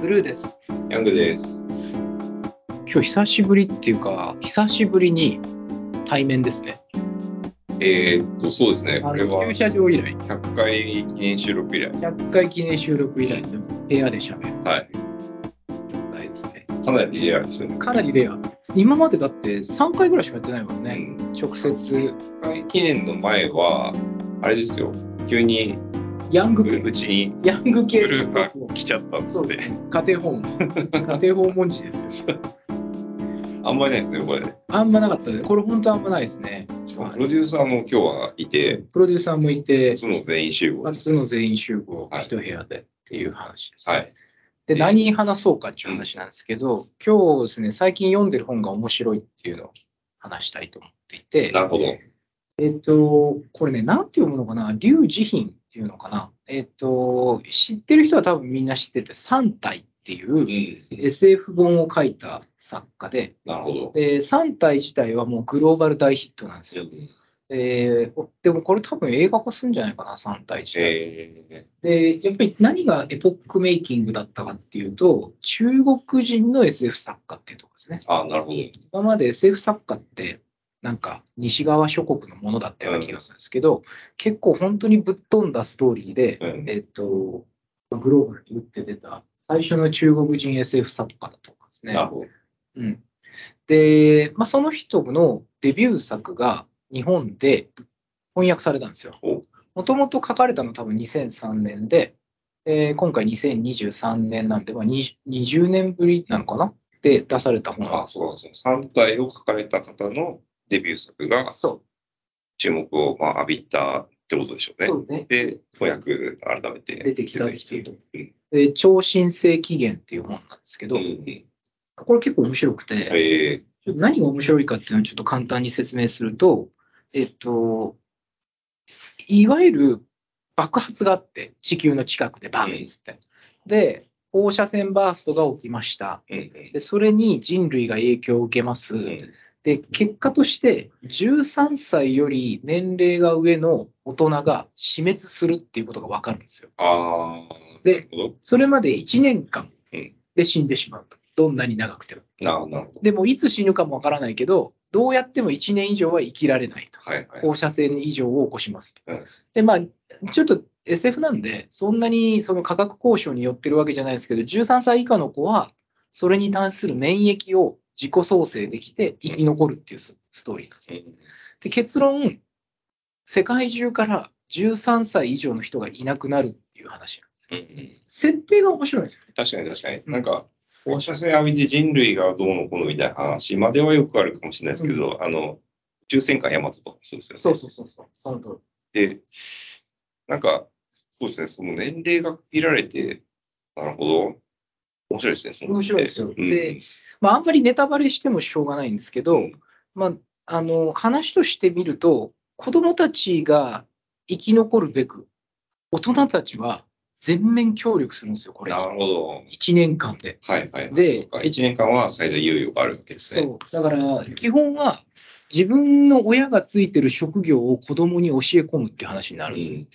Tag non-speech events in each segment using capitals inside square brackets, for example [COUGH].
ブルーです。ヤングです。今日久しぶりっていうか、久しぶりに対面ですね。えーっと、そうですね。これはあの駐車場以来、 100回記念収録以来。 100回記念収録以来の部屋で喋るはい。状態ですね。かなりレアですね。かなりレア。今までだって3回ぐらいしかやってないもんうね。ん直接、 100回記念の前は、あれですよ。急にヤングう系、うちにヤングブ系ルーが来ちゃったっつそっうですて。ね。家庭訪問。家庭訪問時ですよ。あんまりないですね、これ。あんまなかったね。これ本当あんまないですね。しかもプロデューサーも今日はいて、プロデューサーもいて、初の全員集合です。初の全員集合、はい一部屋でっていう話です、ねはい。で、で何話そうかっていう話なんですけど、今日ですね、最近読んでる本が面白いっていうのを話したいと思っていて、なるほど。。えっと、これね、なんて読むのかな、劉慈品っていうのかな、えっと、知ってる人は多分みんな知ってて、三体っていううん SF 本を書いた作家で、なるほど。で三体自体はもうグローバル大ヒットなんですよ。えーでもこれ多分映画化するんじゃないかな、三体自体。えで、やっぱり何がエポックメイキングだったかっていうと、中国人の SF 作家っていうところですね。ー、あ、なるほど。今まで SF 作家って、なんか西側諸国のものだったような気がするんですけど、結構本当にぶっ飛んだストーリーで、うんえっ、と、グローバルに打って出た最初の中国人 SF 作家だと思うんですね。なるほど。うん、で、まあ、その人のデビュー作が日本で翻訳されたんですよお。もともと書かれたの多分2003年で、えー今回2023年なんで、まあ、20, 20年ぶりなのかなで出された本あ、そうなんですね。3体を書かれた方のデビュー作がそ注目をまあ浴びたってことでしょううねそ。うね。で、翻訳改めて出てきたっていうとうん。で超新星起源っていう本なんですけうど、んうんこれ結構面白くて、えちょっと何が面白いかっていうのをちょっと簡単に説明すると、えっと、いわゆる爆発があって、地球の近くでバンっつって。で、放射線バーストが起きました。ーうんで、それに人類が影響を受けます。うんうんで、結果として、13歳より年齢が上の大人が死滅するっていうことが分かるんですよ。あー、でなるほど。それまで1年間うんで死んでしまうと。どんなに長くても。ななるほど。でもいつ死ぬかもわからないけど、どうやっても1年以上は生きられないと。はいはい。放射線異常を起こしますとうん。で、まあ、ちょっと SF なんで、そんなにその価格交渉によってるわけじゃないですけど、13歳以下の子は、それに対する免疫を自己創生できて生き残るっていうスストーリーなんですうね。んで、結論、世界中から13歳以上の人がいなくなるっていう話なんですよ。うんうん設定が面白いんですよね。確かに確かに。うんなんか、放射線浴びて人類がどうのこうのみたいな話まではよくあるかもしれないですけど、あの、宇宙戦艦ヤマトとかもそうですよね。そうそうそうそう。その通り。で、なんか、そうですね、その年齢が区切られて、なるほど。面白いですね、その面白いですようんでまあ、あんまりネタバレしてもしょうがないんですけど、うんまあ、あの話として見ると、子どもたちが生き残るべく、大人たちは全面協力するんですよ、これ。なるほど。 1年間で。はいはい。でそうか1年間は最大猶予があるわけですね。そう。だから、基本は、自分の親がついてる職業を子供に教え込むって話になるんですよ。ん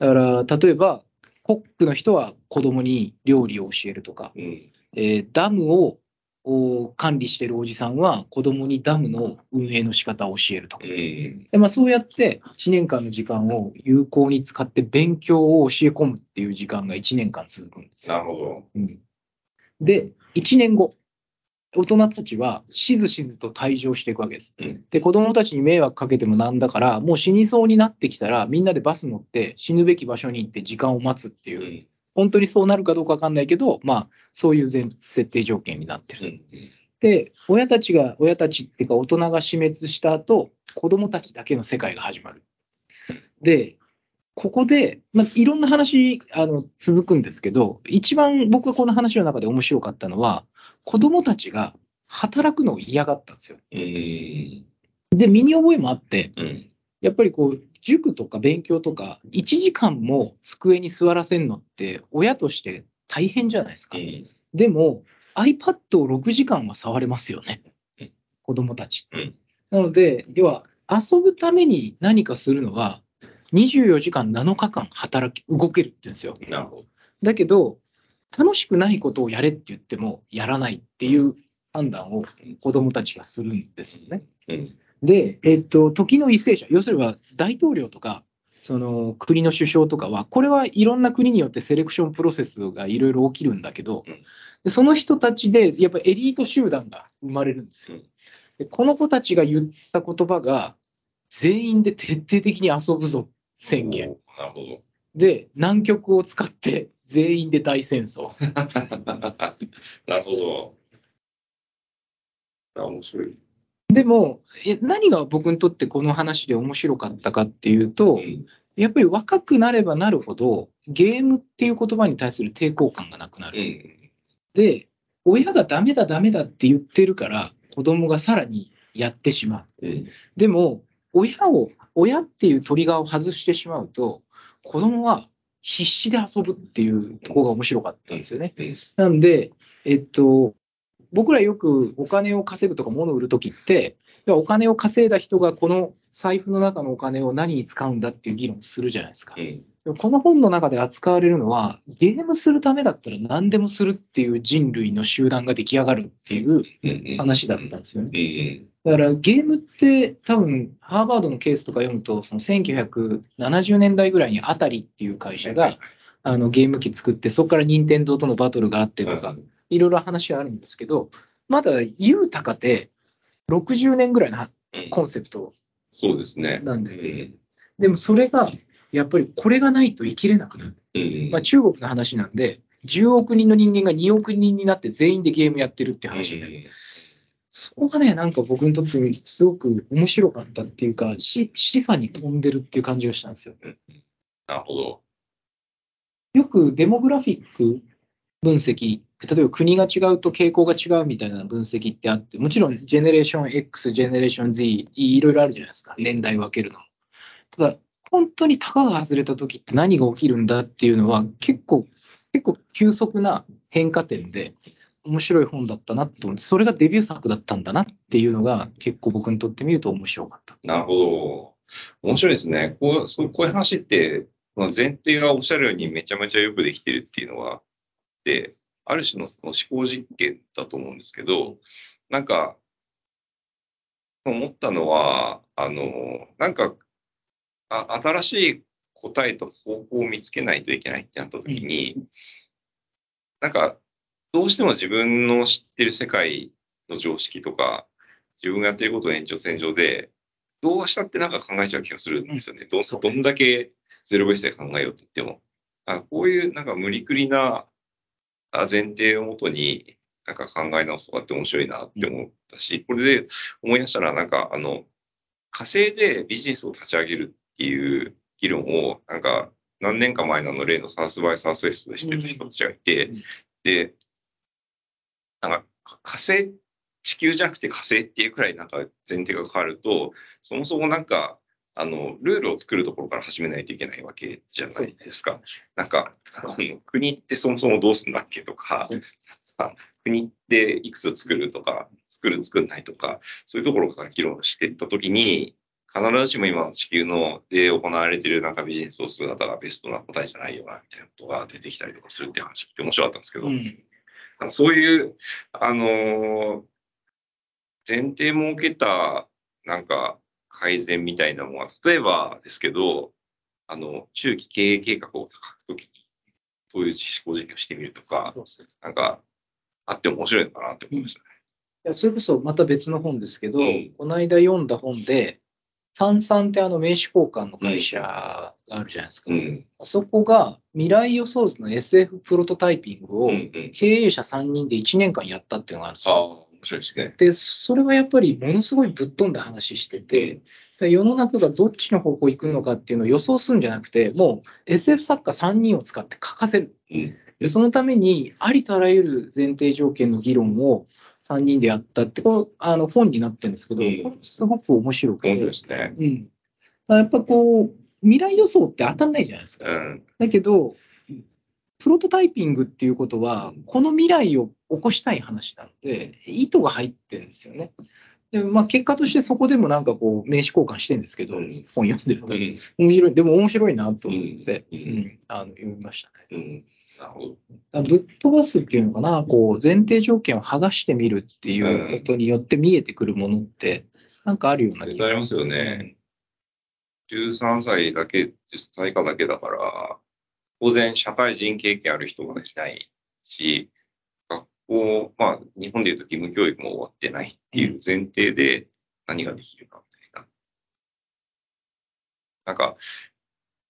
だから、例えば、コックの人は子供に料理を教えるとか、うんえーダムをお管理してるおじさんは子供にダムの運営の仕方を教えるとう。んでまあ、そうやって1年間の時間を有効に使って勉強を教え込むっていう時間が1年間続くんですなよ。るほど。うん、で、1年後、大人たちはしずしずと退場していくわけです。うんで、子供たちに迷惑かけてもなんだから、もう死にそうになってきたら、みんなでバス乗って死ぬべき場所に行って時間を待つっていうう、ん本当にそうなるかどうかわかんないけど、まあ、そういう前設定条件になってうる。んで、親たちが、親たちっていうか、大人が死滅した後、子供たちだけの世界が始まる。で、ここで、まあ、いろんな話あの続くんですけど、一番僕がこの話の中で面白かったのは、子供たちが働くのを嫌がったんですよ。うんで、身に覚えもあって、うんやっぱりこう、塾とか勉強とか、1時間も机に座らせるのって、親として大変じゃないですか。うんでも、iPad を6時間は触れますよねうん、子供たちってうんなので、要は遊ぶために何かするのは、24時間7日間働き、動けるって言うんですよ。なるほど。だけど、楽しくないことをやれって言っても、やらないっていう判断を子供たちがするんですよね。うんで、えっと、時の為政者、要するには大統領とか、その国の首相とかは、これはいろんな国によってセレクションプロセスがいろいろ起きるんだけどうん、でその人たちで、やっぱエリート集団が生まれるんですようん。でこの子たちが言った言葉が、全員で徹底的に遊ぶぞ宣言。おーなるほど。で、南極を使って全員で大戦争。なるほど。あ、面白い。でも、え何が僕にとってこの話で面白かったかっていうと、んやっぱり若くなればなるほど、ゲームっていう言葉に対する抵抗感がなくなうる。ん。で、親がダメだダメだって言ってるから、子供がさらにやってしまう。うん。でも、親を、親っていうトリガーを外してしまうと、子供は必死で遊ぶっていうところが面白かったんですよね。うんなんで、えっと、僕らよくお金を稼ぐとか物を売るときって、要はお金を稼いだ人がこの財布の中のお金を何に使うんだっていう議論をするじゃないですかう。ん。でもこの本の中で扱われるのは、ゲームするためだったら何でもするっていう人類の集団が出来上がるっていううん。話だったんですよね。うん。うだん。からゲームって多分ハーバードのケースとか読むとその1970年代ぐらいにアタリっていう会社があのゲーム機作ってそこから任天堂とのバトルがあってとかいろいろ話はあるんですけどまだユータカって60年ぐらいのうんコンセプトそうですね。なんうでん。でもそれがやっぱりこれがないと生きれなくなる、うん。まあ、中国の話なんで10億人の人間が2億人になって全員でゲームやってるって話になるそこがね、なんか僕にとってすごく面白かったっていうか、し示唆に飛んでるっていう感じがしたんですよ。なるほど。よくデモグラフィック分析、例えば国が違うと傾向が違うみたいな分析ってあって、もちろんジェネレーション X、ジェネレーション Z、いいろいろあるじゃないですか、年代分けるのも。ただ、本当にたかが外れた時って何が起きるんだっていうのは、結構、結構急速な変化点で、面白い本だったなと思って、それがデビュー作だったんだなっていうのが、結構僕にとってみると面白かった。なるほど。面白いですね。こう、そうこういう話って、まあ前提がおっしゃるようにめちゃめちゃよくできてるっていうのは、で、ある種のその思考実験だと思うんですけど、なんか、思ったのは、あの、なんか、あ新しい答えと方向を見つけないといけないってなった時に、なんか、どうしても自分の知ってる世界の常識とか、自分がやってることの延長線上で、どうしたってなんか考えちゃう気がするんですよね。どそうどんだけゼロベースで考えようって言っても。あこういうなんか無理くりなあ前提をもとに、なんか考え直すとかって面白いなって思ったし、これで思い出したら、なんかあの、火星でビジネスを立ち上げるっていう議論を、なんか何年か前のあの例のサースバイサースウェストでしてた人たちがいてうん、で、なんか火星、地球じゃなくて火星っていうくらいなんか前提が変わると、そもそもなんか、あの、ルールを作るところから始めないといけないわけじゃないですか。なんか、あの国ってそもそもどうすんだっけとか、あ国っていくつ作るとか、作る作んないとか、そういうところから議論していったときに、必ずしも今の地球ので行われているなんかビジネスをする方がベストな答えじゃないよな、みたいなことが出てきたりとかするっていう話聞いて面白かったんですけど、うんなんかそういう、あのー前提も受けた、なんか、改善みたいなものは、例えばですけど、あの、中期経営計画を書くときに、そういう思考実験をしてみるとか、なんか、あって面白いのかなって思いましいやそれこそまた別の本ですけど、うんこの間読んだ本で、サンサンってあの名刺交換の会社があるじゃないですたか。ね。あそこが未来予想図の SF プロトタイピングうん。をうんうん。経営者3人で1年間やったっていうのがあるんですああ、よ。面白いですね。で、それはやっぱりものすごいぶっ飛んだ話してて、で世の中がどっちの方向行くのかっていうのを予想するんじゃなくて、もう SF 作家3人を使って書かせる。うん。で、そのために、ありとあらゆる前提条件の議論を3人でやったって、こうあの本になってるんですけど、うんこれすごく面白くて。面白いですね。うん。だからやっぱこう、未来予想って当たんないじゃないですか。うん。だけど、プロトタイピングっていうことは、この未来を起こしたい話なんで、意図が入ってるんですよね。でまあ、結果としてそこでもなんかこう、名刺交換してるんですけど、うん本読んでるうと。ん。面白い、でも面白いなと思って、うんうんあの読みましたね。うん。なるほど。だからぶっ飛ばすっていうのかな、こう、前提条件を剥がしてみるっていうことによって見えてくるものって、なんかあるような絶気対あがりますよね。13歳だけ、10歳以下だけだから、当然社会人経験ある人がいないし、学校、まあ日本でいうと義務教育も終わってないっていう前提で何ができるかみたいな。なんか、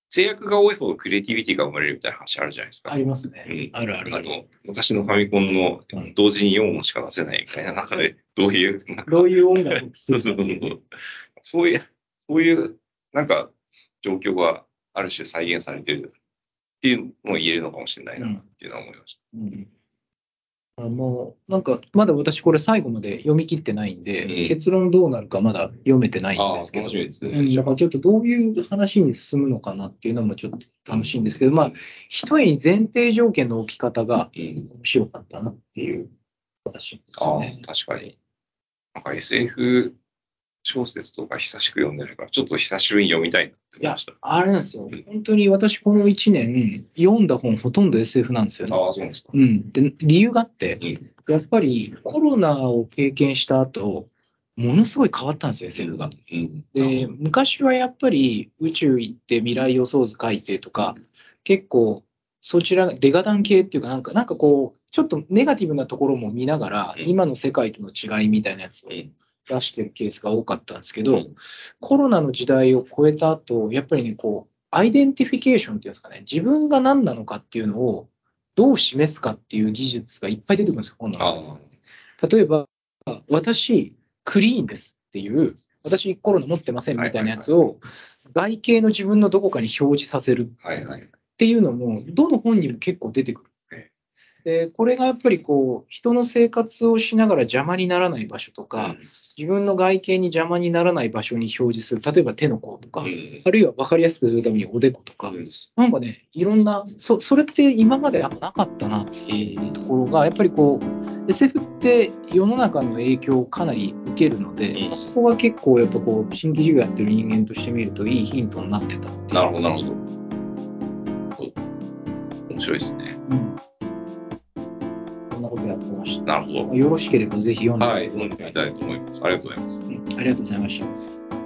制約が多いほどクリエイティビティが生まれるみたいな話あるじゃないですか。ありますうねん。あるあるあある。の昔のファミコンのうん同時に4音しか出せないみたいな [LAUGHS] 中で、どういう、なんかどういう音楽をそ作うるそうかそうそう。そういう、そういう、なんか、状況がある種再現されてるっていうのも言えるのかもしれないなっていうのは思いましうんあもうなんかまだ私これ最後まで読み切ってないんで、うん結論どうなるかまだ読めてなた。いんですけど、いですうん、だからちょっとどういう話に進むのかなっていうのもちょっと楽しいんですけど、まあ、一重に前提条件の置き方がうん面白かったなっていう私ですああね。、確かに。なんか SF 小説とか久しく読んでないから、ちょっと久しぶりに読みたいなってい思いやました。、あれなんですよ。本当に私この1年読んだ本ほとんど SF なんですよね。ああ、そうなんですか。うん、で理由があって、うんやっぱりコロナを経験した後ものすごい変わったんですよ、SF が。うん。で、昔はやっぱり宇宙行って未来予想図書いてとか、結構そちら、デガダン系っていうか、なんか、なんかこう、ちょっとネガティブなところも見ながら、うん今の世界との違いみたいなやつをうん出してるケースが多かったんですけうどん、コロナの時代を超えた後、やっぱりね、こう、アイデンティフィケーションっていうんですかね、自分が何なのかっていうのをどう示すかっていう技術がいっぱい出てくるんですよ、こんなあの。あ、例えば、私、クリーンですっていう、私、コロナ持ってませんみたいなやつを、外形の自分のどこかに表示させるっはいはい。ていうのも、どの本にも結構出てくる。でこれがやっぱりこう人の生活をしながら邪魔にならない場所とか、自分の外形に邪魔にならない場所に表示する例えば手の甲とか、うん、あるいは分かりやすくするためにおでことか、うんなんかねいろんなそそれって今までなんかなかったなっていうところがやっぱりこう SF って世の中の影響をかなり受けるので、うんまあそこが結構やっぱこう新規事業やってる人間として見るといいヒントになってたっていうなるほど、なるほど。お面白いですね。うん、こんなことやってましたなるほよろしければぜひ読んど。ではい、みて読んくでださみいたいと思います。ありがとうございます。うんありがとうございました